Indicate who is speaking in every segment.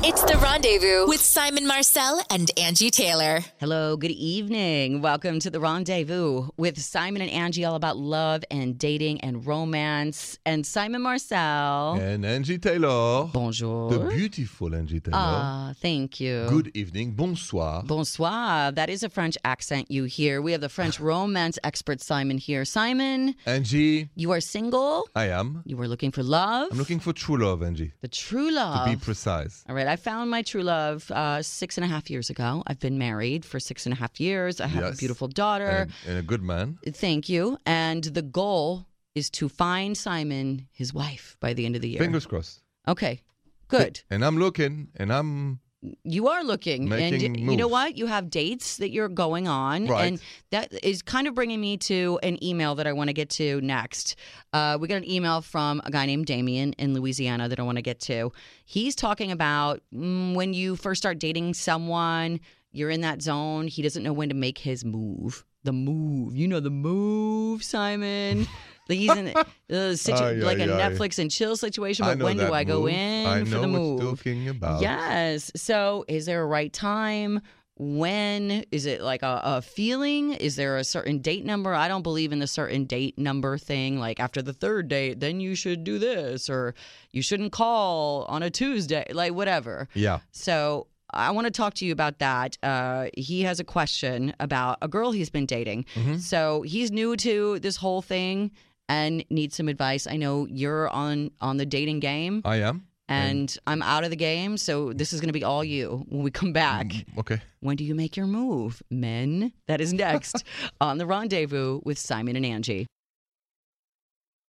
Speaker 1: It's the rendezvous with Simon Marcel and Angie Taylor.
Speaker 2: Hello, good evening. Welcome to the rendezvous with Simon and Angie, all about love and dating and romance. And Simon Marcel.
Speaker 3: And Angie Taylor.
Speaker 2: Oh. Bonjour.
Speaker 3: The beautiful Angie Taylor.
Speaker 2: Ah, thank you.
Speaker 3: Good evening. Bonsoir.
Speaker 2: Bonsoir. That is a French accent you hear. We have the French romance expert Simon here. Simon,
Speaker 3: Angie,
Speaker 2: you are single.
Speaker 3: I am.
Speaker 2: You were looking for love.
Speaker 3: I'm looking for true love, Angie.
Speaker 2: the true love.
Speaker 3: Be precise.
Speaker 2: All right, I found my true love uh, six and a half years ago. I've been married for six and a half years. I have a
Speaker 3: Yes.
Speaker 2: beautiful daughter.
Speaker 3: And, and a good man.
Speaker 2: Thank you. And the goal is to find Simon his wife by the end of the year.
Speaker 3: Fingers crossed.
Speaker 2: Okay, good.
Speaker 3: And I'm looking, and I'm
Speaker 2: You are looking, and
Speaker 3: Making
Speaker 2: you know
Speaker 3: moves.
Speaker 2: what? You have dates that you're going on,
Speaker 3: Right.
Speaker 2: and that is kind of bringing me to an email that I want to get to next. Uh, we got an email from a guy named Damien in Louisiana that I want to get to. He's talking about mm, when you first start dating someone, you're in that zone. He doesn't know when to make his move. The move, you know, the move, Simon. Like he's in uh, situ-
Speaker 3: Ay,
Speaker 2: like
Speaker 3: ay,
Speaker 2: a
Speaker 3: ay.
Speaker 2: Netflix and chill situation.
Speaker 3: I
Speaker 2: But
Speaker 3: know
Speaker 2: when
Speaker 3: that
Speaker 2: do I go
Speaker 3: move.
Speaker 2: in
Speaker 3: I know
Speaker 2: for the move?
Speaker 3: what you're talking about.
Speaker 2: Yes. So, is there a right time? When is it like a, a feeling? Is there a certain date number? I don't believe in the certain date number thing. Like after the third date, then you should do this, or you shouldn't call on a Tuesday, like whatever.
Speaker 3: Yeah.
Speaker 2: So I want to talk to you about that. Uh, he has a question about a girl he's been dating.
Speaker 3: Mhm.
Speaker 2: So he's new to this whole thing and needs some advice. I know you're on on the dating game
Speaker 3: I am.
Speaker 2: and I'm out of the game, so this is going to be all you when we come back.
Speaker 3: Mm, Okay.
Speaker 2: When do you make your move, men? That is next on The Rendezvous with Simon and Angie.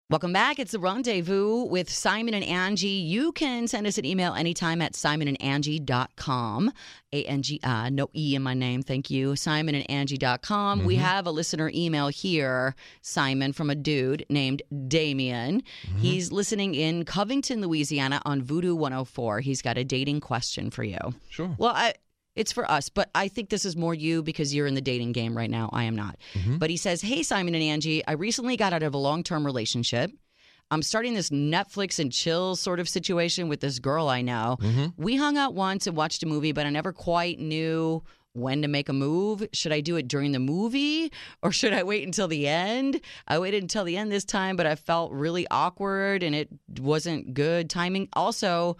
Speaker 2: Welcome back. It's The Rendezvous with Simon and Angie. You can send us an email anytime at simonandangie.com. A N G I, no E in my name. Thank you. Simonandangie.com. We have a listener email here, Simon, from a dude named Damien.
Speaker 3: Mm-hmm.
Speaker 2: He's listening in Covington, Louisiana on Voodoo 104. He's got a dating question for you.
Speaker 3: Sure.
Speaker 2: Well, I, it's for us, but I think this is more you because you're in the dating game right now. I am not. But he says, Hey, Simon and Angie, I recently got out of a long term relationship. I'm starting this Netflix and chill sort of situation with this girl I know.
Speaker 3: Mm-hmm.
Speaker 2: We hung out once and watched a movie, but I never quite knew when to make a move. Should I do it during the movie or should I wait until the end? I waited until the end this time, but I felt really awkward and it wasn't good timing. Also,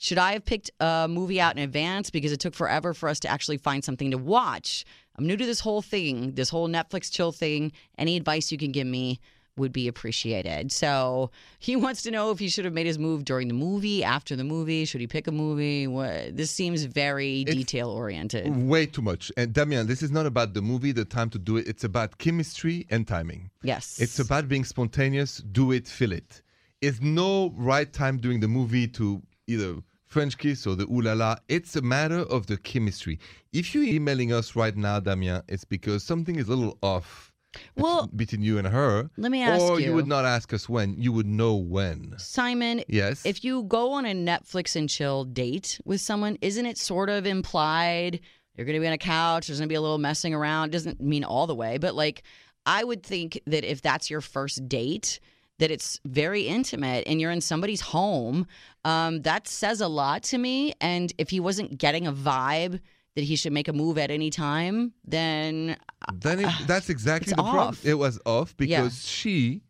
Speaker 2: should I have picked a movie out in advance because it took forever for us to actually find something to watch? I'm new to this whole thing, this whole Netflix chill thing. Any advice you can give me would be appreciated. So he wants to know if he should have made his move during the movie, after the movie. Should he pick a movie? What, this seems very detail oriented.
Speaker 3: Way too much. And Damien, this is not about the movie, the time to do it. It's about chemistry and timing.
Speaker 2: Yes.
Speaker 3: It's about being spontaneous. Do it, feel it. It's no right time during the movie to either French kiss or the ooh la la. It's a matter of the chemistry. If you're emailing us right now, Damien, it's because something is a little off bet-
Speaker 2: Well,
Speaker 3: between you and her.
Speaker 2: Oh. let me ask
Speaker 3: Or you
Speaker 2: you.
Speaker 3: would not ask us when. You would know when.
Speaker 2: Simon,
Speaker 3: Yes.
Speaker 2: if you go on a Netflix and chill date with someone, isn't it sort of implied you're going to be on a couch? There's going to be a little messing around. Doesn't mean all the way, but like I would think that if that's your first date, that it's very intimate and you're in somebody's home, um, that says a lot to me. And if he wasn't getting a vibe that he should make a move at any time, then
Speaker 3: then it, that's exactly
Speaker 2: uh, it's
Speaker 3: the problem.
Speaker 2: off.
Speaker 3: It was off
Speaker 2: Yeah.
Speaker 3: because she,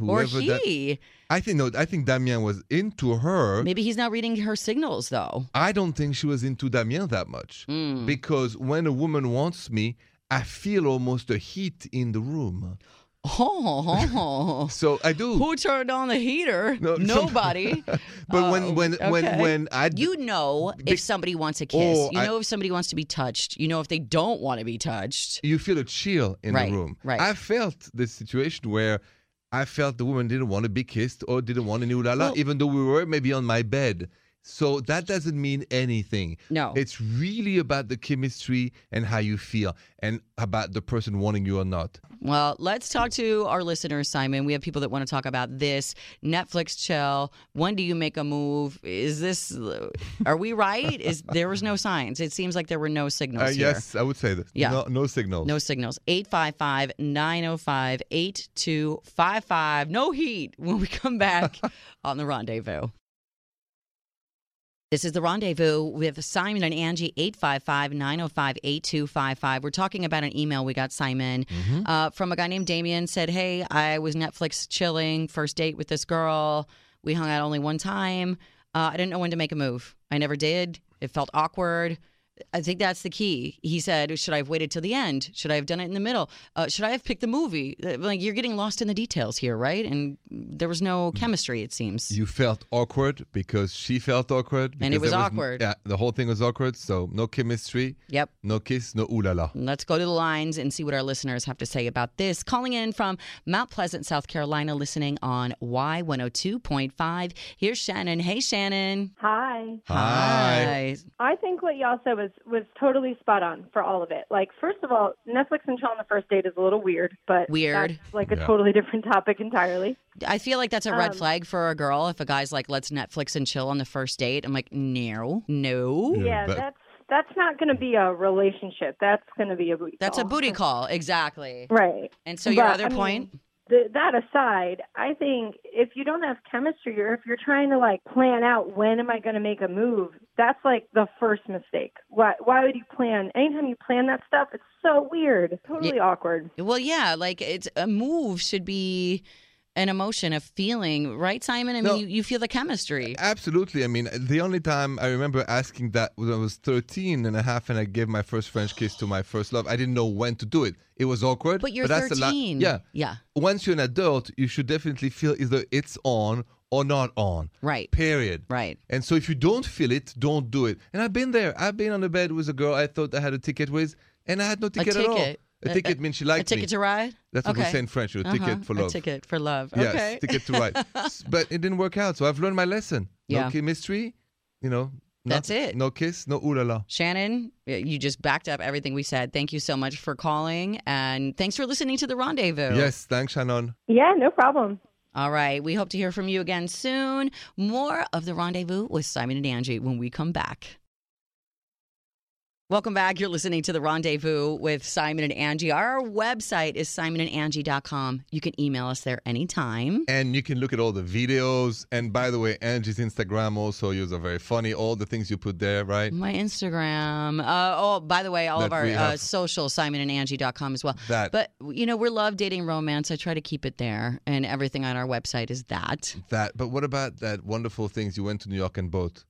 Speaker 2: or
Speaker 3: whoever that,
Speaker 2: he,
Speaker 3: I think no, I think Damien was into her.
Speaker 2: maybe he's not reading her signals though. Hmm.
Speaker 3: I don't think she was into Damien that much
Speaker 2: Mm.
Speaker 3: because when a woman wants me, I feel almost a heat in the room.
Speaker 2: Oh.
Speaker 3: So I do.
Speaker 2: Who turned on the heater?
Speaker 3: No,
Speaker 2: Nobody.
Speaker 3: but
Speaker 2: Oh,
Speaker 3: when when when
Speaker 2: okay.
Speaker 3: when I d-
Speaker 2: you know if somebody wants a kiss.
Speaker 3: Oh,
Speaker 2: you
Speaker 3: I-
Speaker 2: know if somebody wants to be touched. You know if they don't want to be touched.
Speaker 3: you feel a chill in
Speaker 2: Right,
Speaker 3: the room.
Speaker 2: right.
Speaker 3: I felt this situation where I felt the woman didn't want to be kissed or didn't want any ooh la la,
Speaker 2: Well-
Speaker 3: even though we were maybe on my bed. So that doesn't mean anything.
Speaker 2: No.
Speaker 3: It's really about the chemistry and how you feel and about the person wanting you or not.
Speaker 2: Well, let's talk to our listeners, Simon. We have people that want to talk about this Netflix chill. When do you make a move? Is this? Are we right? Is there was no signs? It seems like there were no signals
Speaker 3: Uh,
Speaker 2: here.
Speaker 3: yes, I would say that.
Speaker 2: Yeah.
Speaker 3: No, no signals.
Speaker 2: No signals. 855 905 8255. No heat when we come back on the rendezvous. This is the rendezvous with Simon and Angie, 855 905 8255. We're talking about an email we got, Simon,
Speaker 3: Mm-hmm.
Speaker 2: uh, from a guy named Damien. Said, Hey, I was Netflix chilling, first date with this girl. We hung out only one time. Uh, I didn't know when to make a move. I never did. It felt awkward. I think that's the key. He said, Should I have waited till the end? Should I have done it in the middle? Uh, should I have picked the movie? Uh, Like, you're getting lost in the details here, right? And there was no chemistry, it seems.
Speaker 3: You felt awkward because she felt awkward.
Speaker 2: And it
Speaker 3: because
Speaker 2: was
Speaker 3: there
Speaker 2: awkward.
Speaker 3: yeah, the whole thing was awkward. So no chemistry,
Speaker 2: yep.
Speaker 3: no kiss, no ooh la la.
Speaker 2: Let's go to the lines and see what our listeners have to say about this. Calling in from Mount Pleasant, South Carolina, listening on Y102.5. Here's Shannon. Hey, Shannon.
Speaker 4: Hi.
Speaker 3: Hi.
Speaker 4: I think what y'all said was was totally spot on for all of it. Like, first of all, Netflix and chill on the first date is a little weird, but
Speaker 2: Weird.
Speaker 4: that's, like a
Speaker 3: Yeah.
Speaker 4: totally different topic entirely.
Speaker 2: I feel like that's a red
Speaker 4: Um,
Speaker 2: flag for a girl if a guy's like, let's Netflix and chill on the first date. I'm like, no, no.
Speaker 3: Yeah,
Speaker 4: Yeah,
Speaker 3: but-
Speaker 4: that's that's not going to be a relationship. That's going to be a booty.
Speaker 2: That's a
Speaker 4: call.
Speaker 2: booty call. Exactly.
Speaker 4: right?
Speaker 2: And so, your
Speaker 4: But,
Speaker 2: other
Speaker 4: I mean,
Speaker 2: point?
Speaker 4: Th- that aside, I think if you don't have chemistry or if you're trying to like plan out when am I going to make a move, that's like the first mistake. Why why would you plan? Anytime you plan that stuff, it's so weird. Totally awkward.
Speaker 2: Well, yeah, like it's a move should be an emotion, a feeling, right, Simon? I mean,
Speaker 3: No.
Speaker 2: you, you feel the chemistry.
Speaker 3: Absolutely. I mean, the only time I remember asking that was when I was 13 and a half and I gave my first French kiss to my first love. I didn't know when to do it. It was awkward.
Speaker 2: But you're
Speaker 3: that's the la-
Speaker 2: 13.
Speaker 3: yeah.
Speaker 2: Yeah.
Speaker 3: Once you're an adult, you should definitely feel either it's on or not on.
Speaker 2: Right.
Speaker 3: Period.
Speaker 2: Right.
Speaker 3: And so if you don't feel it, don't do it. And I've been there. I've been on a bed with a girl I thought I had a ticket with, and I had no ticket, at all.
Speaker 2: ticket.
Speaker 3: A,
Speaker 2: A-
Speaker 3: ticket means she
Speaker 2: A
Speaker 3: liked
Speaker 2: ticket
Speaker 3: me.
Speaker 2: to ride?
Speaker 3: That's what we
Speaker 2: Okay.
Speaker 3: say in French. A
Speaker 2: Uh-huh.
Speaker 3: ticket for
Speaker 2: A
Speaker 3: love.
Speaker 2: ticket for love.
Speaker 3: Yes,
Speaker 2: okay.
Speaker 3: ticket to right. S- but it didn't work out. So I've learned my lesson.
Speaker 2: Yeah.
Speaker 3: No chemistry, you know. not-
Speaker 2: That's it.
Speaker 3: No kiss, no ooh la la.
Speaker 2: Shannon, you just backed up everything we said. Thank you so much for calling and thanks for listening to the rendezvous.
Speaker 3: Yes, thanks, Shannon.
Speaker 4: Yeah, no problem.
Speaker 2: All right. We hope to hear from you again soon. More of the rendezvous with Simon and Angie when we come back. Welcome back. You're listening to The Rendezvous with Simon and Angie. Our website is simonandangie.com. You can email us there anytime.
Speaker 3: And you can look at all the videos. And by the way, Angie's Instagram also. Yours are very funny. All the things you put there, right?
Speaker 2: My Instagram. Uh, oh, by the way, all of
Speaker 3: That
Speaker 2: our
Speaker 3: we
Speaker 2: uh,
Speaker 3: have-
Speaker 2: social, simonandangie.com as well.
Speaker 3: That.
Speaker 2: But, you know, we're love, dating, romance. I try to keep it there. And everything on our website is that.
Speaker 3: That. But what about that wonderful things you went to New York and bought?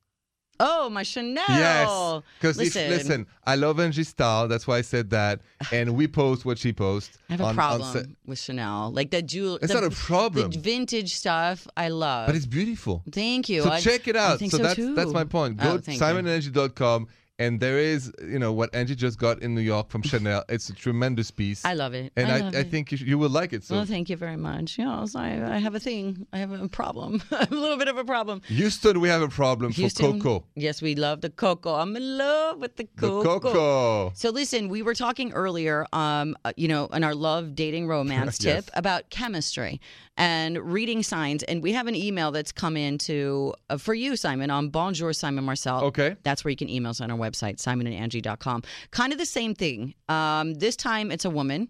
Speaker 2: Oh, my Chanel.
Speaker 3: Yes. Because listen.
Speaker 2: Oh, listen.
Speaker 3: listen, I love Angie's style. That's why I said that. And we post what she posts.
Speaker 2: I have a
Speaker 3: on- on
Speaker 2: problem
Speaker 3: se-
Speaker 2: with Chanel. Like the jewel.
Speaker 3: It's
Speaker 2: the,
Speaker 3: not a problem.
Speaker 2: The vintage stuff I love.
Speaker 3: but it's beautiful.
Speaker 2: thank you.
Speaker 3: So
Speaker 2: I-
Speaker 3: check it
Speaker 2: I
Speaker 3: out.
Speaker 2: think
Speaker 3: so,
Speaker 2: so,
Speaker 3: that's
Speaker 2: too.
Speaker 3: that's my point.
Speaker 2: Oh,
Speaker 3: Go to
Speaker 2: thank
Speaker 3: simonangie.com and there is, you know, what Angie just got in New York from Chanel. It's a tremendous piece.
Speaker 2: I love it.
Speaker 3: and
Speaker 2: I,
Speaker 3: I,
Speaker 2: love
Speaker 3: I
Speaker 2: it.
Speaker 3: think you, sh- you will like it. So
Speaker 2: Well, thank you very much. Yeah, so I, I have a thing. I have a problem. a little bit of a problem.
Speaker 3: Houston, we have a problem
Speaker 2: Houston,
Speaker 3: for cocoa.
Speaker 2: Yes, we love the cocoa. I'm in love with the
Speaker 3: The
Speaker 2: cocoa.
Speaker 3: cocoa.
Speaker 2: So listen, we were talking earlier, um, uh, you know, in our love dating romance
Speaker 3: Yes.
Speaker 2: tip about chemistry and reading signs, and we have an email that's come in to uh, for you, Simon, on Bonjour Simon Marcel.
Speaker 3: Okay.
Speaker 2: That's where you can email us on our website, simonandangie.com. Kind of the same thing. Um, this time it's a woman,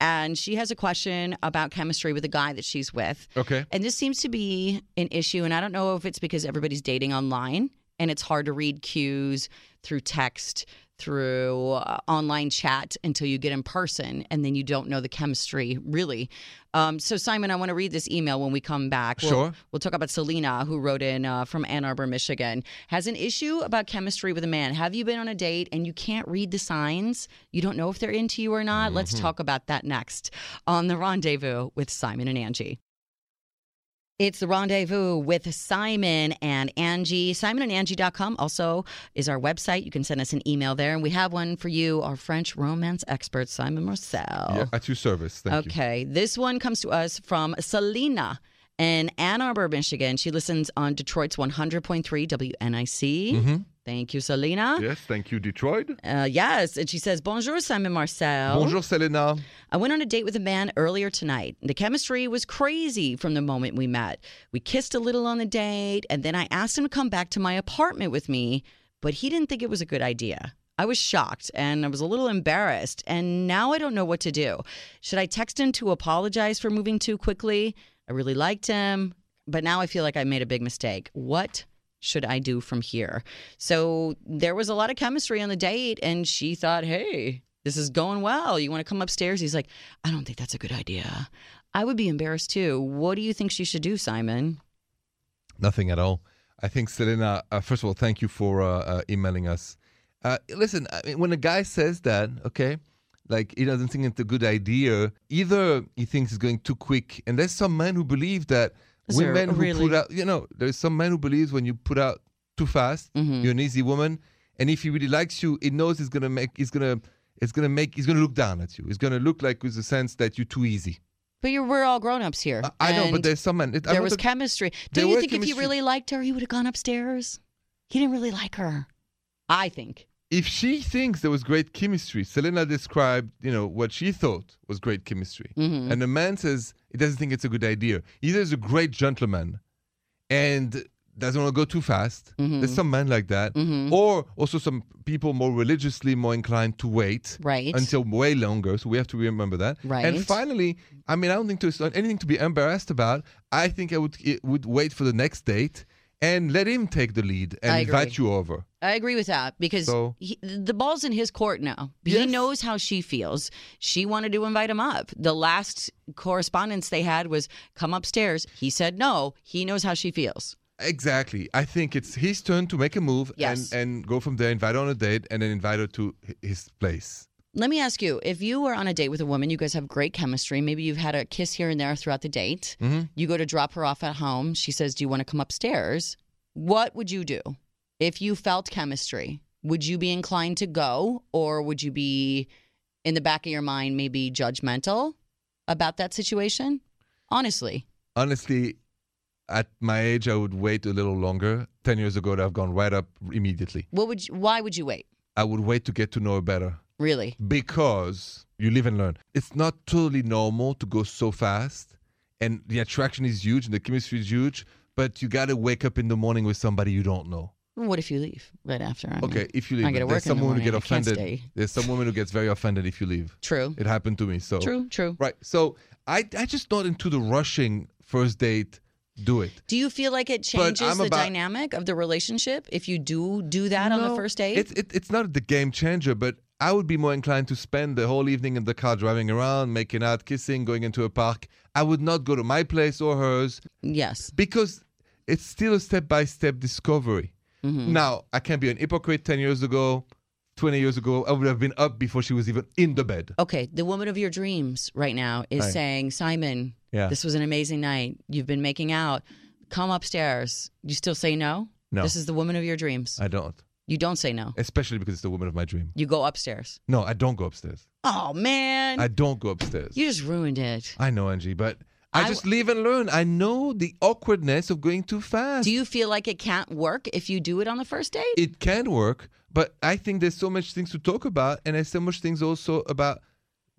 Speaker 2: and she has a question about chemistry with a guy that she's with.
Speaker 3: Okay.
Speaker 2: And this seems to be an issue. And I don't know if it's because everybody's dating online and it's hard to read cues through text, through uh, online chat until you get in person and then you don't know the chemistry really. Um, so, Simon, I want to read this email when we come back. We'll-
Speaker 3: Sure.
Speaker 2: We'll talk about Selena, who wrote in uh, from Ann Arbor, Michigan, has an issue about chemistry with a man. Have you been on a date and you can't read the signs? You don't know if they're into you or not?
Speaker 3: Mm-hmm.
Speaker 2: Let's talk about that next on The Rendezvous with Simon and Angie. It's the rendezvous with Simon and Angie. SimonandAngie.com also is our website. You can send us an email there. And we have one for you, our French romance expert, Simon Marcel.
Speaker 3: Yeah, at your service. Thank you.
Speaker 2: Okay. This one comes to us from Selena in Ann Arbor, Michigan. She listens on Detroit's 100.3 WNIC.
Speaker 3: Mm-hmm.
Speaker 2: Thank you, Selena.
Speaker 3: Yes, thank you, Detroit.
Speaker 2: Uh, yes. And she says, Bonjour, Simon Marcel.
Speaker 3: Bonjour, Selena.
Speaker 2: I went on a date with a man earlier tonight. The chemistry was crazy from the moment we met. We kissed a little on the date, and then I asked him to come back to my apartment with me, but he didn't think it was a good idea. I was shocked and I was a little embarrassed, and now I don't know what to do. Should I text him to apologize for moving too quickly? I really liked him, but now I feel like I made a big mistake. What should I do from here? So there was a lot of chemistry on the date, and she thought, hey, this is going well. You want to come upstairs? He's like, I don't think that's a good idea. I would be embarrassed too. What do you think she should do, Simon?
Speaker 3: Nothing at all. I think Selena. Uh, first of all, thank you for uh, uh, emailing us. Uh, listen, I mean, when a guy says that, okay, like he doesn't think it's a good idea. Either he thinks it's going too quick, and there's some men who believe that
Speaker 2: Is there
Speaker 3: women who
Speaker 2: really?
Speaker 3: put out, you know, there's some men who believes when you put out too fast,
Speaker 2: Mm-hmm.
Speaker 3: you're an easy woman, and if he really likes you, he knows he's gonna make, he's gonna, it's gonna make, he's gonna look down at you. It's gonna look like with the sense that you're too easy.
Speaker 2: But you're, we're all grown ups here.
Speaker 3: I, I know, but
Speaker 2: and
Speaker 3: there's some men. It, I'm
Speaker 2: there
Speaker 3: not
Speaker 2: was
Speaker 3: talking-
Speaker 2: chemistry. Do
Speaker 3: there
Speaker 2: you
Speaker 3: was
Speaker 2: think if he
Speaker 3: chemistry.
Speaker 2: really liked her, he would have gone upstairs? He didn't really like her. I think.
Speaker 3: if she thinks there was great chemistry, Selena described, you know, what she thought was great chemistry.
Speaker 2: Mm-hmm.
Speaker 3: And the man says he doesn't think it's a good idea. Either he's a great gentleman and doesn't want to go too fast.
Speaker 2: Mm-hmm.
Speaker 3: There's some men like that. Or also some people more religiously more inclined to wait
Speaker 2: Right.
Speaker 3: until way longer. So we have to remember that.
Speaker 2: Right.
Speaker 3: And finally, I mean, I don't think there's anything to be embarrassed about. I think I would it would wait for the next date and let him take the lead and
Speaker 2: I agree.
Speaker 3: invite you over.
Speaker 2: I agree with that because
Speaker 3: So-
Speaker 2: he, the ball's in his court now. He
Speaker 3: Yes.
Speaker 2: knows how she feels. She wanted to invite him up. The last correspondence they had was come upstairs. He said no. He knows how she feels.
Speaker 3: Exactly. I think it's his turn to make a move
Speaker 2: Yes.
Speaker 3: and, and go from there, invite her on a date, and then invite her to hi- his place.
Speaker 2: Let me ask you if you were on a date with a woman, you guys have great chemistry. Maybe you've had a kiss here and there throughout the date.
Speaker 3: Mm-hmm.
Speaker 2: You go to drop her off at home. She says, Do you want to come upstairs? What would you do if you felt chemistry? Would you be inclined to go or would you be in the back of your mind maybe judgmental about that situation? Honestly.
Speaker 3: Honestly, at my age, I would wait a little longer. 10 years ago, I'd have gone right up immediately.
Speaker 2: What would you, why would you wait?
Speaker 3: I would wait to get to know her better
Speaker 2: Really?
Speaker 3: because you live and learn. It's not totally normal to go so fast, and the attraction is huge and the chemistry is huge, but you got to wake up in the morning with somebody you don't know.
Speaker 2: What if you leave right after? I mean,
Speaker 3: Okay, if you leave,
Speaker 2: I gotta
Speaker 3: there's
Speaker 2: work in
Speaker 3: some
Speaker 2: the
Speaker 3: women who
Speaker 2: morning. I
Speaker 3: get
Speaker 2: can't
Speaker 3: offended.
Speaker 2: stay.
Speaker 3: There's some woman who gets very offended if you leave.
Speaker 2: True.
Speaker 3: It happened to me. So
Speaker 2: True, true.
Speaker 3: Right. So I I just not into the rushing first date. Do it.
Speaker 2: Do you feel like it
Speaker 3: But
Speaker 2: changes
Speaker 3: I'm
Speaker 2: the
Speaker 3: about-
Speaker 2: dynamic of the relationship if you do do that on the
Speaker 3: No,
Speaker 2: first date?
Speaker 3: It's it, it's not the game changer, but I would be more inclined to spend the whole evening in the car driving around, making out, kissing, going into a park. I would not go to my place or hers
Speaker 2: yes.
Speaker 3: because it's still a step by step discovery.
Speaker 2: Mm-hmm.
Speaker 3: Now I can't be an hypocrite. Ten years ago, twenty years ago, I would have been up before she was even in the bed.
Speaker 2: Okay, the woman of your dreams right now is
Speaker 3: Hi.
Speaker 2: saying, Simon,
Speaker 3: Yeah.
Speaker 2: this was an amazing night. You've been making out. Come upstairs. You still say no?
Speaker 3: No.
Speaker 2: This is the woman of your dreams.
Speaker 3: I don't,
Speaker 2: you don't say no.
Speaker 3: especially because it's the woman of my dream.
Speaker 2: You go upstairs.
Speaker 3: No, I don't go upstairs.
Speaker 2: Oh, man.
Speaker 3: I don't go upstairs.
Speaker 2: you just ruined it.
Speaker 3: I know, Angie, but I,
Speaker 2: I-
Speaker 3: just live and learn. I know the awkwardness of going too fast.
Speaker 2: Do you feel like it can't work if you do it on the first date?
Speaker 3: it can work, but I think there's so much things to talk about, and there's so much things also about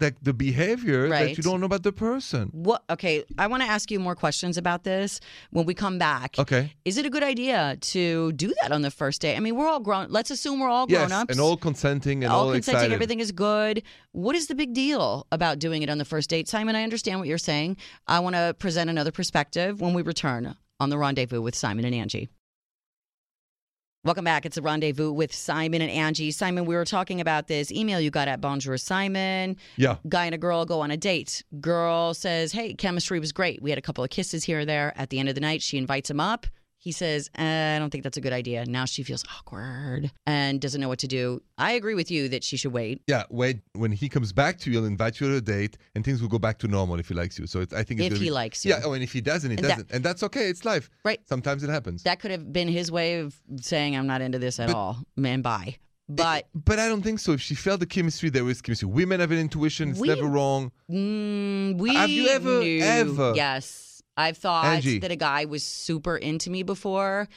Speaker 3: like the behavior that
Speaker 2: Right.
Speaker 3: you don't know about the person.
Speaker 2: What? Okay, I want to ask you more questions about this when we come back.
Speaker 3: Okay.
Speaker 2: Is it a good idea to do that on the first date? I mean, we're all grown. Let's assume we're all
Speaker 3: Yes,
Speaker 2: grown ups.
Speaker 3: and all consenting and all,
Speaker 2: all consenting,
Speaker 3: excited.
Speaker 2: everything is good. What is the big deal about doing it on the first date? Simon, I understand what you're saying. I want to present another perspective when we return on the rendezvous with Simon and Angie. Welcome back. It's a rendezvous with Simon and Angie. Simon, we were talking about this email you got at Bonjour Simon.
Speaker 3: Yeah.
Speaker 2: Guy and a girl go on a date. Girl says, Hey, chemistry was great. We had a couple of kisses here and there. At the end of the night, she invites him up. He says, eh, I don't think that's a good idea. Now she feels awkward and doesn't know what to do. I agree with you that she should wait.
Speaker 3: Yeah, wait. When he comes back to you, he'll invite you to a date, and things will go back to normal if he likes you. So it's, I think it's
Speaker 2: If
Speaker 3: gonna
Speaker 2: he
Speaker 3: be-
Speaker 2: likes you.
Speaker 3: Yeah, oh, and if he doesn't, he
Speaker 2: And that-
Speaker 3: doesn't, and that's okay. It's life.
Speaker 2: Right.
Speaker 3: Sometimes it happens.
Speaker 2: That could have been his way of saying, I'm not into this at all. Man, bye. But
Speaker 3: but I don't think so. If she felt the chemistry, there is chemistry. Women have an intuition; it's
Speaker 2: We-
Speaker 3: never wrong.
Speaker 2: mm, we.
Speaker 3: Have you ever,
Speaker 2: knew-
Speaker 3: ever-
Speaker 2: Yes. I've thought
Speaker 3: Angie.
Speaker 2: that a guy was super into me before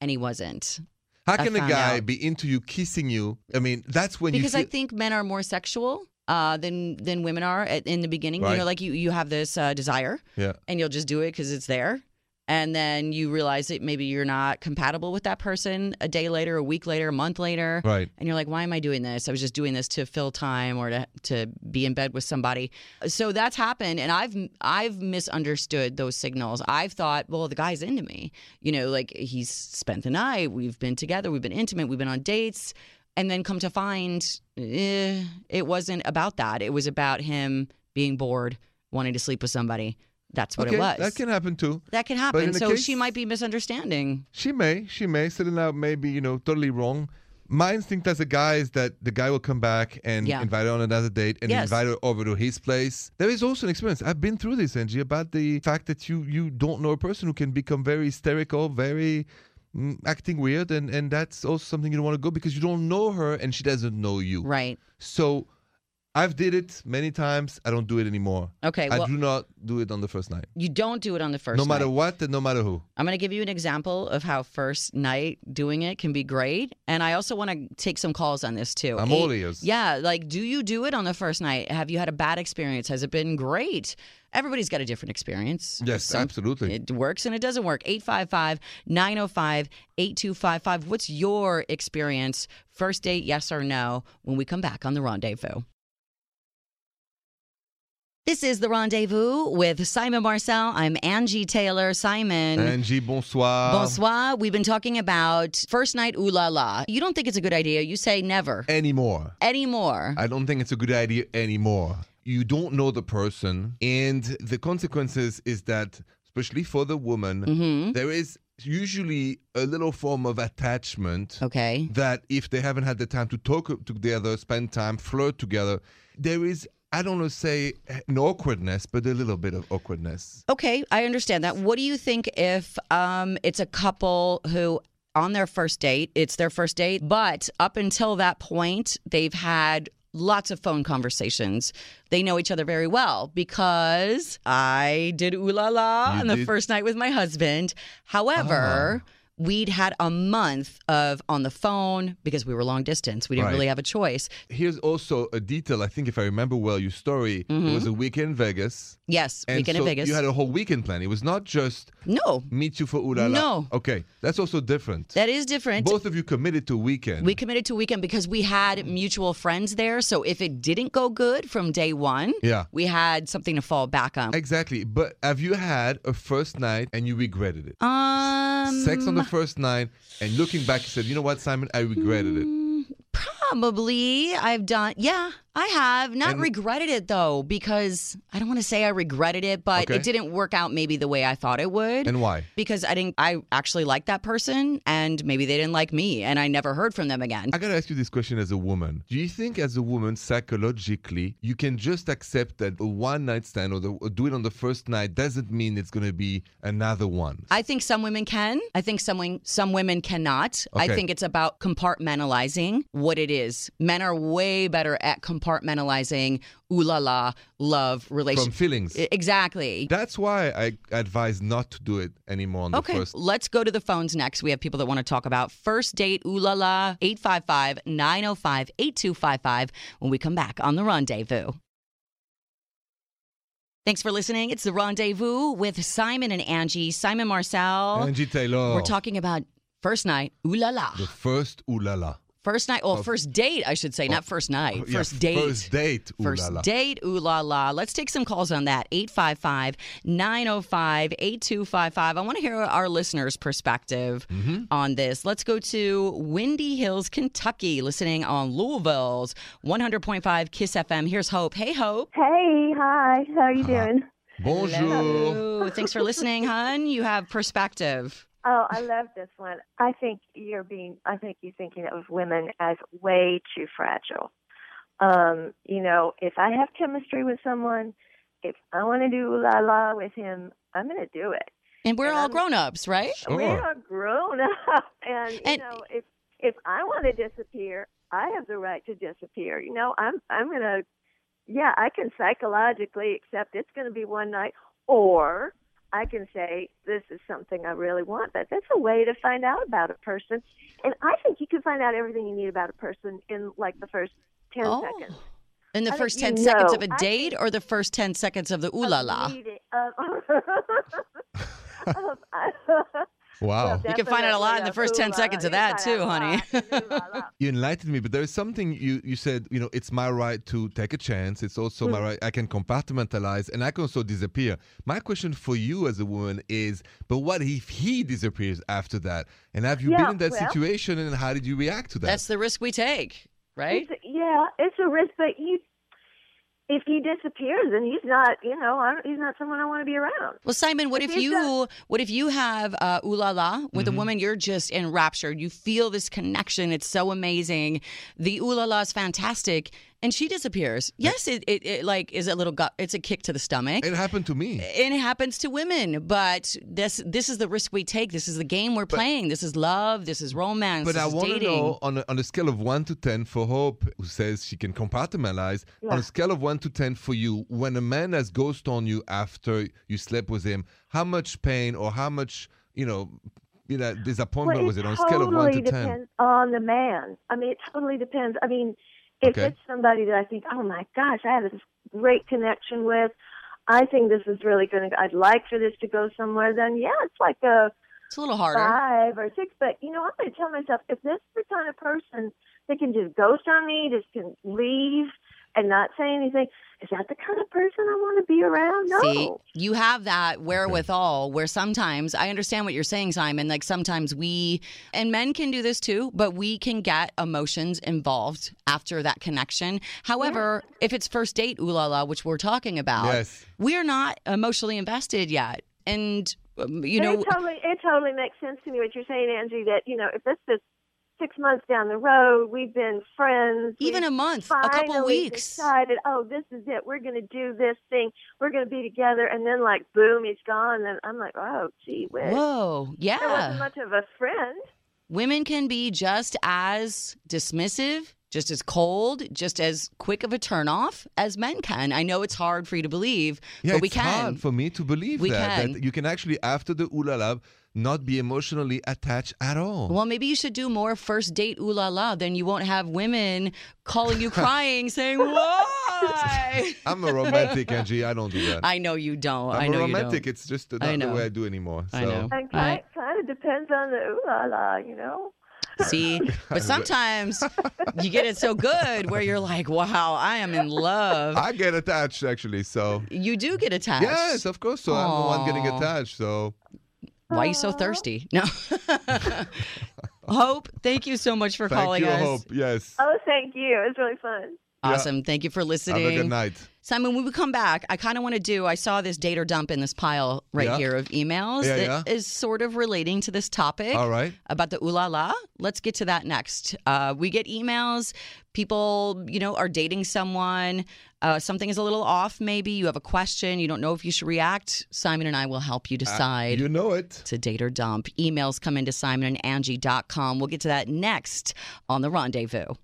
Speaker 2: and he wasn't.
Speaker 3: How
Speaker 2: I
Speaker 3: can a
Speaker 2: found
Speaker 3: guy
Speaker 2: out.
Speaker 3: be into you kissing you? I mean, that's when
Speaker 2: because
Speaker 3: you
Speaker 2: I
Speaker 3: feel,
Speaker 2: think men are more sexual uh, than than women are at, in the beginning. You
Speaker 3: Right.
Speaker 2: know, like you you have this uh, desire
Speaker 3: yeah.
Speaker 2: and you'll just do it because it's there. and then you realize that maybe you're not compatible with that person a day later, a week later, a month later.
Speaker 3: Right.
Speaker 2: And you're like, why am I doing this? I was just doing this to fill time or to, to be in bed with somebody. So that's happened, and I've I've misunderstood those signals. I've thought, well, the guy's into me. You know, like he's spent the night. We've been together. We've been intimate. We've been on dates, and then come to find, eh, it wasn't about that. It was about him being bored, wanting to sleep with somebody. That's what
Speaker 3: okay,
Speaker 2: it was.
Speaker 3: that can happen too.
Speaker 2: That can
Speaker 3: in
Speaker 2: happen.
Speaker 3: the
Speaker 2: So
Speaker 3: case-
Speaker 2: she might be misunderstanding.
Speaker 3: She may, she may. Selena may be, you know, totally wrong. My instinct as a guy is that the guy will come back and
Speaker 2: Yeah.
Speaker 3: invite her on another date and
Speaker 2: Yes.
Speaker 3: invite her over to his place. There is also an experience. I've been through this, Angie, about the fact that you you don't know a person who can become very hysterical, very mm, acting weird, and and that's also something you don't want to go because you don't know her and she doesn't know you.
Speaker 2: Right.
Speaker 3: So. I've did it many times. I don't do it anymore.
Speaker 2: Okay.
Speaker 3: I
Speaker 2: well,
Speaker 3: do not do it on the first night.
Speaker 2: you don't do it on the first
Speaker 3: no matter
Speaker 2: night.
Speaker 3: what and no matter who.
Speaker 2: I'm going to give you an example of how first night doing it can be great. And I also want to take some calls on this too.
Speaker 3: I'm
Speaker 2: Eight-
Speaker 3: all ears.
Speaker 2: Yeah. Like, do you do it on the first night? Have you had a bad experience? Has it been great? Everybody's got a different experience.
Speaker 3: Yes,
Speaker 2: Some-
Speaker 3: absolutely.
Speaker 2: It works and it doesn't work. 855 905 8255. What's your experience? First date, yes or no, when we come back on the rendezvous. This is the rendezvous with Simon Marcel. I'm Angie Taylor. Simon.
Speaker 3: Angie, bonsoir.
Speaker 2: Bonsoir. We've been talking about first night ooh la la. You don't think it's a good idea. You say never
Speaker 3: Anymore.
Speaker 2: anymore.
Speaker 3: I don't think it's a good idea anymore. You don't know the person, and the consequences is that, especially for the woman,
Speaker 2: mm-hmm.
Speaker 3: there is usually a little form of attachment
Speaker 2: Okay.
Speaker 3: that if they haven't had the time to talk together, spend time, flirt together, there is. I don't want to say an awkwardness, but a little bit of awkwardness.
Speaker 2: Okay, I understand that. What do you think if um, it's a couple who on their first date, it's their first date, but up until that point, they've had lots of phone conversations. They know each other very well because I did ooh la la
Speaker 3: You
Speaker 2: on the
Speaker 3: did? Ah.
Speaker 2: first night with my husband. However, We'd had a month of on the phone because we were long distance. We didn't
Speaker 3: Right.
Speaker 2: really have a choice.
Speaker 3: Here's also a detail. I think if I remember well your story, it was a weekend in Vegas.
Speaker 2: Yes,
Speaker 3: And
Speaker 2: weekend
Speaker 3: so
Speaker 2: Mm-hmm. in Vegas.
Speaker 3: You had a whole weekend plan. It was not just
Speaker 2: no,
Speaker 3: meet you for ooh la la.
Speaker 2: No.
Speaker 3: Okay, that's also different.
Speaker 2: that is different.
Speaker 3: Both of you committed to weekend.
Speaker 2: We committed to a weekend because we
Speaker 3: Mm.
Speaker 2: had mutual friends there. So if it didn't go good from day one,
Speaker 3: Yeah.
Speaker 2: we had something to fall back on.
Speaker 3: exactly. But have you had a first night and you regretted it?
Speaker 2: Um,
Speaker 3: Sex on the first night and looking back, you said, you know what, Simon, I regretted it.
Speaker 2: Mm. probably I've done. Yeah, I have not
Speaker 3: And-
Speaker 2: regretted it though because I don't want to say I regretted it, but
Speaker 3: Okay.
Speaker 2: it didn't work out maybe the way I thought it would.
Speaker 3: And why?
Speaker 2: because I didn't, I actually liked that person, and maybe they didn't like me, and I never heard from them again.
Speaker 3: I gotta ask you this question as a woman. Do you think, as a woman, psychologically, you can just accept that a one night stand or, the, or do it on the first night doesn't mean it's gonna be another one?
Speaker 2: I think some women can. I think some wom- some women cannot.
Speaker 3: Okay.
Speaker 2: I think it's about compartmentalizing what it is. Men are way better at compartmentalizing ooh la la love
Speaker 3: From
Speaker 2: relationship.
Speaker 3: feelings.
Speaker 2: exactly.
Speaker 3: That's why I advise not to do it anymore on
Speaker 2: Okay,
Speaker 3: the first.
Speaker 2: let's go to the phones next. We have people that want to talk about first date ooh la la 855-905-8255 when we come back on the rendezvous. Thanks for listening. It's the rendezvous with Simon and Angie. Simon Marcel.
Speaker 3: Angie Taylor.
Speaker 2: We're talking about first night, ooh la la.
Speaker 3: Oh. The first ooh la la.
Speaker 2: First night, or first date, I should say, not first night,
Speaker 3: Oh, Yeah,
Speaker 2: first date.
Speaker 3: First date ooh
Speaker 2: First
Speaker 3: la la.
Speaker 2: date, ooh la la. Let's take some calls on that. 855 905 8255. I want to hear our listeners' perspective
Speaker 3: Mm-hmm.
Speaker 2: on this. Let's go to Windy Hills, Kentucky, listening on Louisville's 100.5 Kiss FM. Here's Hope. Hey, Hope.
Speaker 5: Hey, hi. How are you
Speaker 3: Hi.
Speaker 5: doing?
Speaker 3: Bonjour.
Speaker 2: Ooh, thanks for listening, hun. You have perspective.
Speaker 5: Oh, I love this one. I think you're being I think you're thinking of women as way too fragile. Um, you know, if I have chemistry with someone, if I want to do la la with him, I'm going to do it.
Speaker 2: And we're
Speaker 5: And
Speaker 2: all
Speaker 5: I'm-
Speaker 2: grown ups, right?
Speaker 3: Sure.
Speaker 5: We are grown up and you
Speaker 2: And-
Speaker 5: know, if if I want to disappear, I have the right to disappear. You know, I'm I'm going to yeah, I can psychologically accept it's going to be one night, or I can say this is something I really want. But that's a way to find out about a person, and I think you can find out everything you need about a person in like the first ten
Speaker 2: Oh,
Speaker 5: seconds.
Speaker 2: In the
Speaker 5: I think
Speaker 2: first
Speaker 5: you
Speaker 2: 10 seconds
Speaker 5: know.
Speaker 2: of a
Speaker 5: I
Speaker 2: date
Speaker 5: think-
Speaker 2: or the first 10 seconds of the ooh la la?
Speaker 5: Of meeting- of-
Speaker 3: Wow.
Speaker 2: You can find out a lot in the first 10 seconds of that, too,
Speaker 3: you enlightened me, but there is something you, you said, you know, it's my right to take a chance. It's also
Speaker 2: Hmm.
Speaker 3: my right, I can compartmentalize and I can also disappear. My question for you as a woman is, but what if he disappears after that? And have you
Speaker 5: Yeah,
Speaker 3: been in that
Speaker 5: well-
Speaker 3: situation and how did you react to that?
Speaker 2: That's the risk we take, right?
Speaker 5: It's, yeah, it's a risk, but you, if he disappears, then he's not, you know, I, don't- he's not someone I want to be around.
Speaker 2: Well, Simon, what if
Speaker 5: he's
Speaker 2: you what if you have uh, ooh la la with
Speaker 3: Mm-hmm.
Speaker 2: a woman you're just enraptured? You feel this connection; it's so amazing. The ooh la la is fantastic, and she disappears. Yes, it, it, it like is a little gut. It's a kick to the stomach.
Speaker 3: it happened to me.
Speaker 2: and it happens to women, but this this is the risk we take. This is the game we're playing. This is love. This is romance.
Speaker 3: But
Speaker 2: this
Speaker 3: I
Speaker 2: is
Speaker 3: want to
Speaker 2: dating.
Speaker 3: know on a, on a scale of one to ten for Hope, who says she can compartmentalize, on a scale of one to ten for you, when a man has ghost on you after you slept with him, how much pain or how much you know, you know, disappointment
Speaker 5: Well,
Speaker 3: Oh, was it on a
Speaker 5: totally
Speaker 3: scale of one to ten?
Speaker 5: depends on the man. I mean, it totally depends. I mean, if
Speaker 3: Okay.
Speaker 5: it's somebody that I think, oh my gosh, I have this great connection with, I think this is really going to, I'd like for this to go somewhere, then yeah, it's like a
Speaker 2: It's a little harder.
Speaker 5: five or six. But, you know, I'm going to tell myself if this is the kind of person that can just ghost on me, just can leave and not say anything, is that the kind of person I want to be around? No.
Speaker 2: See, you have that wherewithal where sometimes I understand what you're saying, Simon. Like sometimes we and men can do this too, but we can get emotions involved after that connection. However, if it's first date ooh la la, which we're talking about,
Speaker 3: Yes.
Speaker 2: we are not emotionally invested yet, and um, you
Speaker 5: But
Speaker 2: know.
Speaker 5: it totally, it totally makes sense to me what you're saying, Angie. That you know, if this is six months down the road, we've been friends,
Speaker 2: Even
Speaker 5: we've
Speaker 2: a month, a couple
Speaker 5: finally
Speaker 2: weeks.
Speaker 5: Decided, oh, this is it. We're going to do this thing. We're going to be together, and then like, boom, he's gone. And I'm like, oh, gee whiz.
Speaker 2: Whoa,
Speaker 5: There wasn't
Speaker 2: yeah.
Speaker 5: much of a friend.
Speaker 2: Women can be just as dismissive, just as cold, just as quick of a turnoff as men can. I know it's hard for you to believe,
Speaker 3: Yeah,
Speaker 2: but we
Speaker 3: it's
Speaker 2: can.
Speaker 3: hard for me to believe
Speaker 2: We
Speaker 3: that,
Speaker 2: can.
Speaker 3: that you can actually after the ooh la la not be emotionally attached at all.
Speaker 2: Well, maybe you should do more first date ooh la la. Then you won't have women calling you crying saying why.
Speaker 3: I'm a romantic, Angie. I don't do that.
Speaker 2: I know you don't.
Speaker 3: I'm
Speaker 2: I know
Speaker 3: a
Speaker 2: you
Speaker 3: romantic.
Speaker 2: don't.
Speaker 3: It's just not
Speaker 2: I
Speaker 3: the
Speaker 2: know.
Speaker 3: way I do anymore. So.
Speaker 2: I know.
Speaker 5: And kind,
Speaker 2: Right.
Speaker 5: kind of depends on the ooh la la, you know.
Speaker 2: See, but sometimes you get it so good where you're like, wow, I am in love.
Speaker 3: I get attached actually, so
Speaker 2: You do get attached.
Speaker 3: Yes, of course. So I'm the one getting
Speaker 2: Aw.
Speaker 3: attached. So
Speaker 2: Why are you so thirsty? No. Hope, thank you so much for
Speaker 3: thank
Speaker 2: calling
Speaker 3: you,
Speaker 2: us.
Speaker 3: Hope. Yes.
Speaker 5: Oh, thank you. It was really fun.
Speaker 2: Awesome. Thank you for
Speaker 3: Have a good
Speaker 2: listening.
Speaker 3: night.
Speaker 2: Simon, when we come back, I kind of want to do. I saw this date or dump in this pile right
Speaker 3: Yeah.
Speaker 2: here of emails
Speaker 3: Yeah,
Speaker 2: that is
Speaker 3: yeah.
Speaker 2: sort of relating to this topic.
Speaker 3: All right.
Speaker 2: About the ooh la la. Let's get to that next. Uh, we get emails. People, you know, are dating someone. Uh, something is a little off, maybe. You have a question. You don't know if you should react. Simon and I will help
Speaker 3: Uh,
Speaker 2: you decide
Speaker 3: You know it.
Speaker 2: to date or dump. Emails come into Simon and Angie.com. We'll get to that next on The Rendezvous.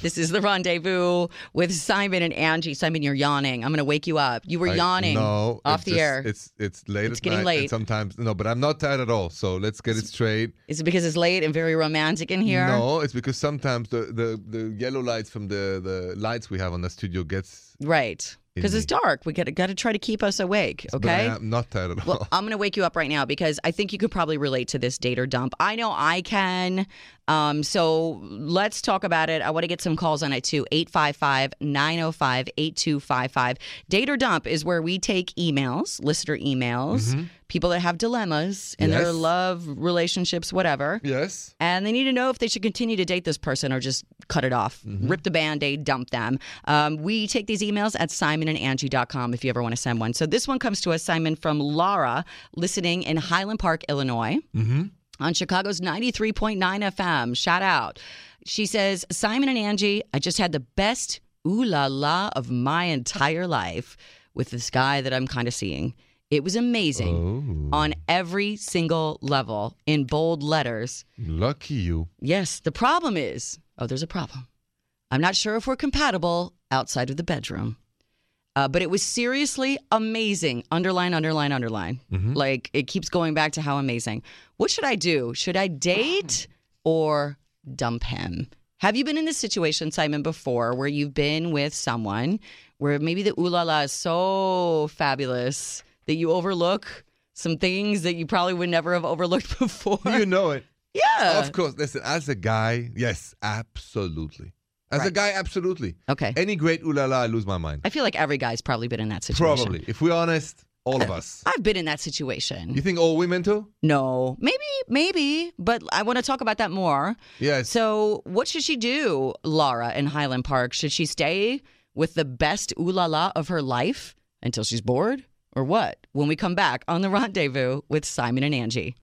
Speaker 2: This is The Rendezvous with Simon and Angie. Simon, you're yawning. I'm going to wake you up. You were
Speaker 3: I-
Speaker 2: yawning
Speaker 3: No,
Speaker 2: off
Speaker 3: it's
Speaker 2: the
Speaker 3: just-
Speaker 2: air.
Speaker 3: It's it's late.
Speaker 2: It's
Speaker 3: at
Speaker 2: getting
Speaker 3: night,
Speaker 2: late.
Speaker 3: And sometimes no, but I'm not tired at all. So let's get it straight.
Speaker 2: Is it because it's late and very romantic in here?
Speaker 3: No, it's because sometimes the, the the yellow lights from the the lights we have on the studio gets.
Speaker 2: Right. Because it's dark. We got to try to keep us awake,
Speaker 3: but I
Speaker 2: okay?
Speaker 3: am not tired at all.
Speaker 2: Well, I'm going to wake you up right now because I think you could probably relate to this date or dump. I know I can. Um, so let's talk about it. I want to get some calls on it too. 855 905 8255. Date or dump is where we take emails, listener emails, people that have dilemmas in their
Speaker 3: Yes.
Speaker 2: love, relationships, whatever.
Speaker 3: yes.
Speaker 2: And they need to know if they should continue to date this person or just cut it off, rip the band aid, dump them. Um, we take these emails at simonandangie.com if you ever want to send one. So this one comes to us, Simon, from Laura, listening in Highland Park, Illinois, on Chicago's 93.9 FM. Shout out. She says, Simon and Angie, I just had the best ooh la la of my entire life with this guy that I'm kind of seeing. It was amazing
Speaker 3: Oh,
Speaker 2: on every single level in bold letters.
Speaker 3: lucky you.
Speaker 2: Yes, the problem is oh, there's a problem. I'm not sure if we're compatible outside of the bedroom. Uh, but it was seriously amazing. Underline, underline, underline.
Speaker 3: Mm-hmm.
Speaker 2: Like it keeps going back to how amazing. What should I do? Should I date or dump him? Have you been in this situation, Simon, before where you've been with someone where maybe the ooh la la is so fabulous that you overlook some things that you probably would never have overlooked before.
Speaker 3: You know it.
Speaker 2: yeah.
Speaker 3: of course. Listen, as a guy, yes, absolutely. As a
Speaker 2: Right.
Speaker 3: guy, absolutely.
Speaker 2: Okay.
Speaker 3: Any great ooh la la, I lose my mind.
Speaker 2: I feel like every guy's probably been in that situation.
Speaker 3: Probably. If we're honest, all of us.
Speaker 2: I've been in that situation.
Speaker 3: You think all women too?
Speaker 2: No, maybe, maybe, but I want to talk about that more.
Speaker 3: Yes.
Speaker 2: So, what should she do, Laura, in Highland Park? Should she stay with the best ooh la la of her life until she's bored, or what? When we come back on the rendezvous with Simon and Angie.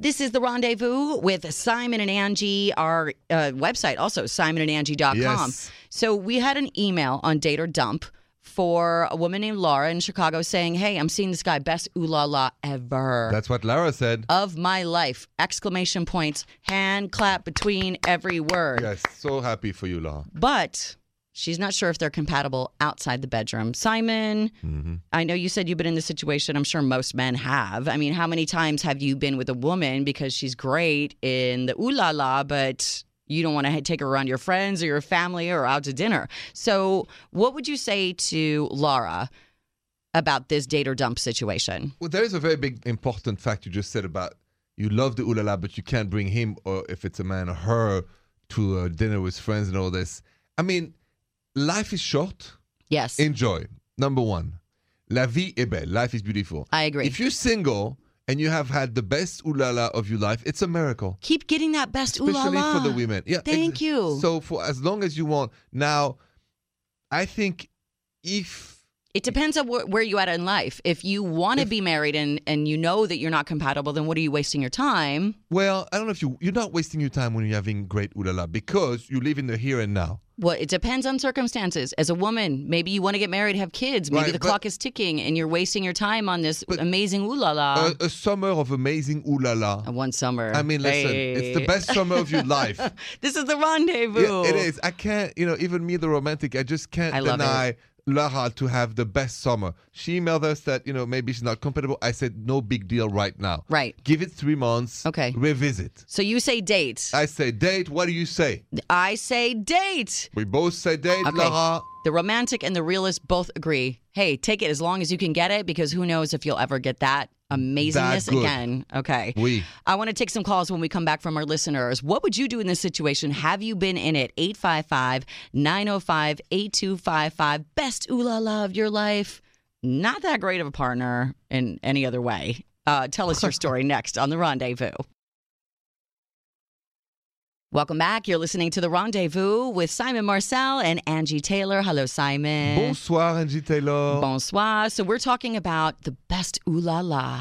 Speaker 2: This is the rendezvous with Simon and Angie. Our uh, website also simonandangie.com.
Speaker 3: Yes.
Speaker 2: So we had an email on Date or Dump for a woman named Laura in Chicago saying, "Hey, I'm seeing this guy best ooh la la ever."
Speaker 3: That's what Lara said.
Speaker 2: of my life exclamation points hand clap between every word
Speaker 3: Yes. So happy for you, Lara.
Speaker 2: but she's not sure if they're compatible outside the bedroom simon i know you said you've been in this situation i'm sure most men have i mean how many times have you been with a woman because she's great in the ooh la la but you don't want to take her around your friends or your family or out to dinner so what would you say to laura about this date or dump situation
Speaker 3: Well, there is a very big important fact you just said about you love the ooh la la, but you can't bring him or if it's a man or her to uh, dinner with friends and all this. I mean, life is short.
Speaker 2: yes
Speaker 3: Enjoy. Number one. La vie est belle. Life is beautiful.
Speaker 2: I agree.
Speaker 3: If you're single and you have had the best ooh la la of your life, it's a miracle.
Speaker 2: keep getting that best ooh la
Speaker 3: Especially
Speaker 2: la
Speaker 3: for the women. Yeah. ex-
Speaker 2: Thank you.
Speaker 3: So for as long as you want. Now, I think if
Speaker 2: It depends on wh- where you at in life. If you want to be married and and you know that you're not compatible, then what are you wasting your time?
Speaker 3: Well, I don't know if you you're not wasting your time when you're having great ooh la la because you live in the here and now.
Speaker 2: Well, it depends on circumstances. As a woman, maybe you want to get married, have kids. Maybe
Speaker 3: Right,
Speaker 2: the
Speaker 3: but-
Speaker 2: clock is ticking, and you're wasting your time on this
Speaker 3: But-
Speaker 2: amazing ooh la la.
Speaker 3: a, a summer of amazing ooh la la.
Speaker 2: one summer.
Speaker 3: I mean, listen, it's the
Speaker 2: Hey.
Speaker 3: best summer of your life.
Speaker 2: This is the rendezvous.
Speaker 3: Yeah, it is. I can't, you know, even me, the romantic, I just can't
Speaker 2: I love it.
Speaker 3: deny Lara to have the best summer. She emailed us that you know maybe she's not compatible. I said no big deal right now.
Speaker 2: Right.
Speaker 3: Give it three months.
Speaker 2: Okay.
Speaker 3: Revisit.
Speaker 2: So you say date. I,
Speaker 3: I say date. What do you say?
Speaker 2: say date.
Speaker 3: We both say date,
Speaker 2: Okay.
Speaker 3: Lara.
Speaker 2: The romantic and the realist both agree. Hey, take it as long as you can get it, because who knows if you'll ever get that amazingness
Speaker 3: good.
Speaker 2: again. Okay.
Speaker 3: We.
Speaker 2: I want to take some calls when we come back from our listeners. What would you do in this situation? Have you been in it? 855 905 8255. Best ooh la la of your life. Not that great of a partner in any other way. Uh, tell us your story next on The Rendezvous. Welcome back. You're listening to The Rendezvous with Simon Marcel and Angie Taylor. Hello, Simon.
Speaker 3: Bonsoir, Angie Taylor.
Speaker 2: Bonsoir. So, we're talking about the best ooh la la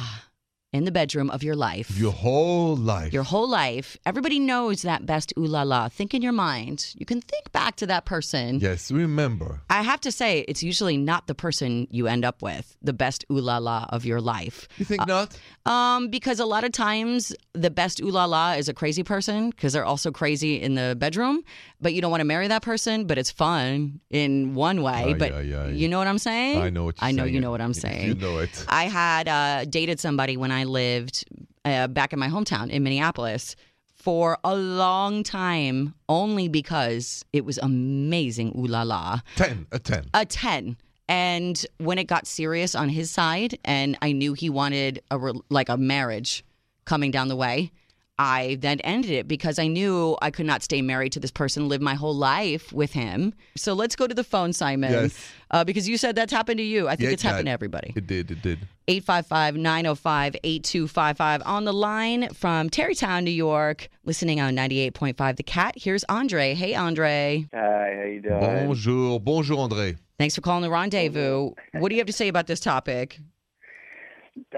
Speaker 2: in the bedroom of your life
Speaker 3: Your whole life.
Speaker 2: your whole life. Everybody knows that best ooh la la. Think in your mind. You can think back to that person.
Speaker 3: Yes, remember.
Speaker 2: I have to say, it's usually not the person you end up with, the best ooh la la of your life.
Speaker 3: You think not?
Speaker 2: Um, because a lot of times the best ooh la la is a crazy person because they're also crazy in the bedroom, but you don't want to marry that person, but it's fun in one way.
Speaker 3: Aye,
Speaker 2: but
Speaker 3: aye, aye.
Speaker 2: you know what I'm saying?
Speaker 3: I know what you're
Speaker 2: eh? I know you
Speaker 3: saying.
Speaker 2: know what I'm
Speaker 3: You-
Speaker 2: saying.
Speaker 3: You know it.
Speaker 2: I had uh, dated somebody when I lived uh, back in my hometown in Minneapolis for a long time, only because it was amazing. Ooh la la,
Speaker 3: 10, a 10.
Speaker 2: a ten. And when it got serious on his side, and I knew he wanted a re- like a marriage coming down the way. I then ended it because I knew I could not stay married to this person, live my whole life with him. So let's go to the phone, Simon,
Speaker 3: Yes.
Speaker 2: uh, because you said that's happened to you. I think
Speaker 3: Yeah,
Speaker 2: it's happened to
Speaker 3: that-
Speaker 2: everybody.
Speaker 3: It did, it did.
Speaker 2: 855 905 8255. On the line from Terrytown, New York, listening on 98.5 The Cat. Here's Andre. Hey, Andre.
Speaker 6: Hi, how you doing?
Speaker 3: Bonjour, bonjour, André.
Speaker 2: Thanks for calling the rendezvous. What do you have to say about this topic?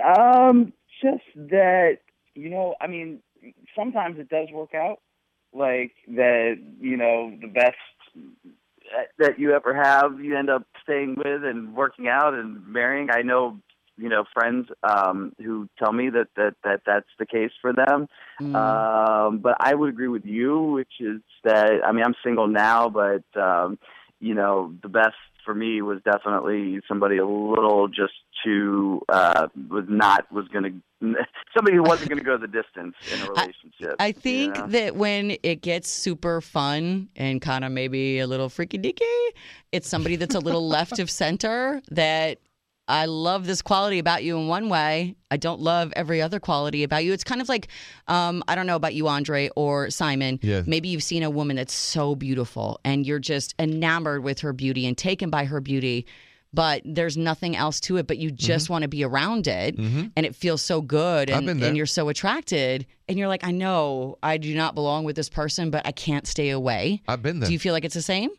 Speaker 6: Um, just that you know, I mean, sometimes it does work out, like that. You know, the best uh, that you ever have, you end up staying with and working out and marrying. I know, you know, friends um, who tell me that that that that's the case for them.
Speaker 2: Mm.
Speaker 6: Um, but I would agree with you, which is that I mean I'm single now, but um, you know the best for me was definitely somebody a little just too uh, was not was going to somebody who wasn't going to go the distance in a relationship.
Speaker 2: I
Speaker 6: you
Speaker 2: think
Speaker 6: know?
Speaker 2: that when it gets super fun and kind of maybe a little freaky deaky, it's somebody that's a little left of center that I love this quality about you in one way. I don't love every other quality about you. It's kind of like, um, I don't know about you, Andre or Simon.
Speaker 3: Yes.
Speaker 2: Maybe you've seen a woman that's so beautiful and you're just enamored with her beauty and taken by her beauty, but there's nothing else to it, but you just want to be around it
Speaker 3: Mm-hmm.
Speaker 2: and it feels so good
Speaker 3: I've
Speaker 2: and,
Speaker 3: been there.
Speaker 2: and you're so attracted. And you're like, I know I do not belong with this person, but I can't stay away.
Speaker 3: I've been there.
Speaker 2: Do you feel like it's the same?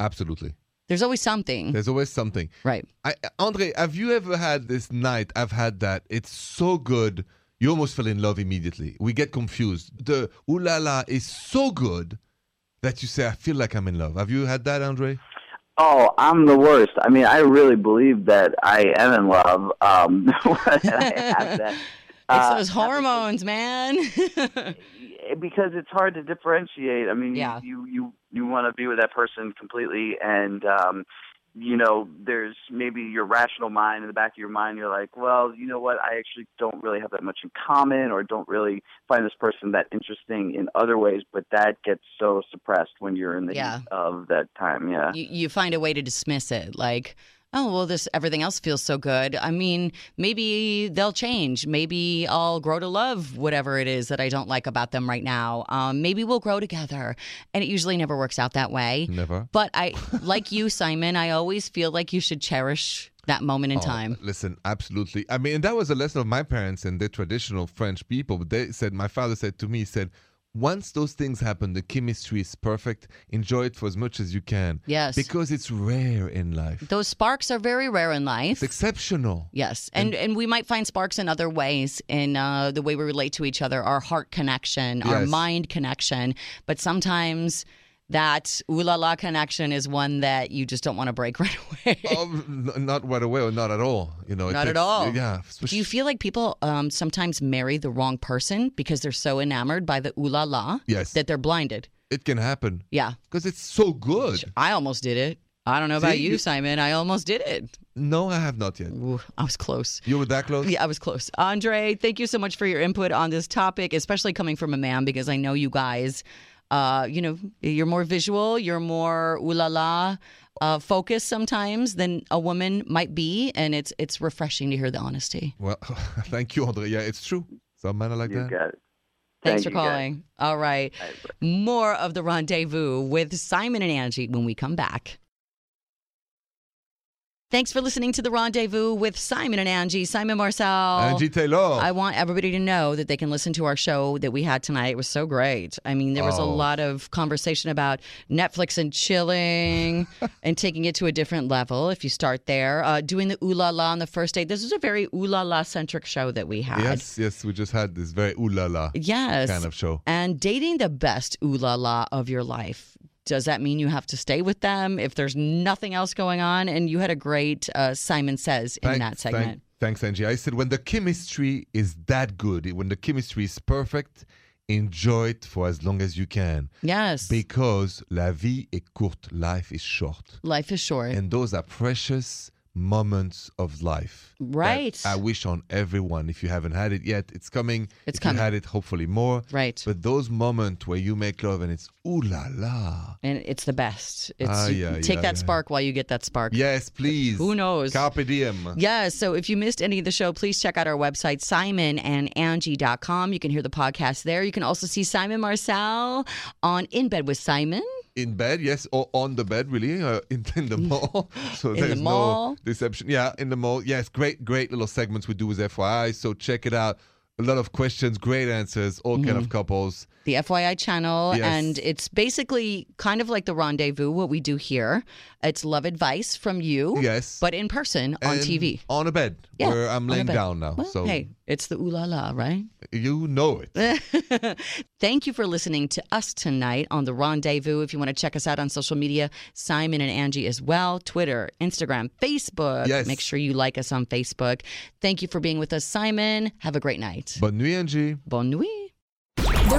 Speaker 3: Ah, Absolutely.
Speaker 2: There's always something.
Speaker 3: There's always something.
Speaker 2: Right.
Speaker 3: I, Andre, have you ever had this night? I've had that. It's so good. You almost fell in love immediately. We get confused. The ooh la la is so good that you say, I feel like I'm in love. Have you had that, Andre?
Speaker 6: Oh, I'm the worst. I mean, I really believe that I am in love. Um, when I have that.
Speaker 2: It's
Speaker 6: Uh,
Speaker 2: those hormones, man.
Speaker 6: eh, because it's hard to differentiate. I mean,
Speaker 2: Yeah.
Speaker 6: you you you want to be with that person completely, and um, you know, there's maybe your rational mind in the back of your mind. You're like, well, you know what? I actually don't really have that much in common, or don't really find this person that interesting in other ways. But that gets so suppressed when you're in the
Speaker 2: Yeah.
Speaker 6: heat of that time. Yeah.
Speaker 2: you, you find a way to dismiss it, like, oh well, this everything else feels so good. I mean, maybe they'll change. Maybe I'll grow to love whatever it is that I don't like about them right now. Um, maybe we'll grow together, and it usually never works out that way.
Speaker 3: Never.
Speaker 2: But I, like you, Simon, I always feel like you should cherish that moment in
Speaker 3: Oh,
Speaker 2: time.
Speaker 3: Listen, absolutely. I mean, that was a lesson of my parents and the traditional French people. But they said, my father said to me, he said, once those things happen, the chemistry is perfect. Enjoy it for as much as you can.
Speaker 2: Yes.
Speaker 3: Because it's rare in life.
Speaker 2: Those sparks are very rare in life.
Speaker 3: It's exceptional.
Speaker 2: Yes, and, and we might find sparks in other ways in uh, the way we relate to each other, our heart connection, our
Speaker 3: Yes.
Speaker 2: mind connection. But sometimes that ooh la la connection is one that you just don't want to break right away.
Speaker 3: Oh, n- not right away or not at all. You know, it
Speaker 2: Not at
Speaker 3: takes-
Speaker 2: all.
Speaker 3: Yeah.
Speaker 2: Do you feel like people um, sometimes marry the wrong person because they're so enamored by the ooh la la
Speaker 3: Yes.
Speaker 2: that they're blinded?
Speaker 3: it can happen
Speaker 2: Yeah,
Speaker 3: because it's so good.
Speaker 2: I almost did it. I don't know about
Speaker 3: See,
Speaker 2: you,
Speaker 3: you-
Speaker 2: Simon. I almost did it.
Speaker 3: No, I have not yet.
Speaker 2: Ooh, I was close.
Speaker 3: You were that close.
Speaker 2: Yeah, I was close. Andre, thank you so much for your input on this topic, especially coming from a man, because I know you guys, uh, you know, you're more visual, you're more ooh la la uh, focused sometimes than a woman might be, and it's it's refreshing to hear the honesty.
Speaker 3: Well, thank you, Andre. Yeah, it's true. Some men are like
Speaker 6: You
Speaker 3: that.
Speaker 6: got it.
Speaker 2: Thanks
Speaker 6: Thank
Speaker 2: for
Speaker 6: you, guys.
Speaker 2: calling. All right, more of the rendezvous with Simon and Angie when we come back. Thanks for listening to the rendezvous with Simon and Angie. Simon Marcel.
Speaker 3: Angie Taylor.
Speaker 2: Oh, I want everybody to know that they can listen to our show that we had tonight. It was so great. I mean, there was a
Speaker 3: Oh.
Speaker 2: lot of conversation about Netflix and chilling and taking it to a different level if you start there. Uh, doing the ooh la la on the first date. This was a very ooh la la centric show that we had.
Speaker 3: yes, yes. We just had this very ooh la la
Speaker 2: Yes.
Speaker 3: kind of show.
Speaker 2: And dating the best ooh la la of your life. Does that mean you have to stay with them if there's nothing else going on? And you had a great uh, Simon Says in
Speaker 3: Thank-
Speaker 2: that
Speaker 3: thank-
Speaker 2: segment.
Speaker 3: thanks, Angie. I said when the chemistry is that good, when the chemistry is perfect, enjoy it for as long as you can.
Speaker 2: yes.
Speaker 3: Because la vie est courte, life is short.
Speaker 2: Life is short.
Speaker 3: And those are precious moments of life. that
Speaker 2: Right.
Speaker 3: I wish on everyone. If you haven't had it yet, it's coming.
Speaker 2: It's
Speaker 3: if
Speaker 2: coming.
Speaker 3: You had it, hopefully more.
Speaker 2: Right.
Speaker 3: But those moments where you make love and it's ooh la la.
Speaker 2: and it's the best. It's
Speaker 3: Ah,
Speaker 2: you
Speaker 3: yeah,
Speaker 2: take
Speaker 3: yeah,
Speaker 2: that
Speaker 3: yeah.
Speaker 2: spark while you get that spark.
Speaker 3: Yes, please.
Speaker 2: Who knows?
Speaker 3: Carpe diem.
Speaker 2: Yeah, so if you missed any of the show, please check out our website, simonandangie.com. You can hear the podcast there. You can also see Simon Marcel on In Bed with Simon.
Speaker 3: In bed, yes, or on the bed, really, uh, in, in the mall. So
Speaker 2: In the
Speaker 3: there's
Speaker 2: mall.
Speaker 3: no deception. Yeah, in the mall. Yes, great, great little segments we do with FYI. So check it out. A lot of questions, great answers, all kind
Speaker 2: Mm-hmm.
Speaker 3: of couples.
Speaker 2: the FYI channel,
Speaker 3: Yes.
Speaker 2: and it's basically kind of like the rendezvous, what we do here. It's love advice from you,
Speaker 3: Yes.
Speaker 2: but in person on
Speaker 3: And
Speaker 2: TV.
Speaker 3: On a bed,
Speaker 2: Yeah,
Speaker 3: where
Speaker 2: on
Speaker 3: I'm
Speaker 2: a
Speaker 3: laying
Speaker 2: bed.
Speaker 3: down now.
Speaker 2: Well,
Speaker 3: so
Speaker 2: hey, it's the ooh la la, right?
Speaker 3: you know it.
Speaker 2: Thank you for listening to us tonight on The Rendezvous. If you want to check us out on social media, Simon and Angie as well Twitter, Instagram, Facebook.
Speaker 3: Yes.
Speaker 2: Make sure you like us on Facebook. Thank you for being with us, Simon. Have a great night.
Speaker 3: Bonne nuit, Angie.
Speaker 2: Bonne nuit.
Speaker 1: The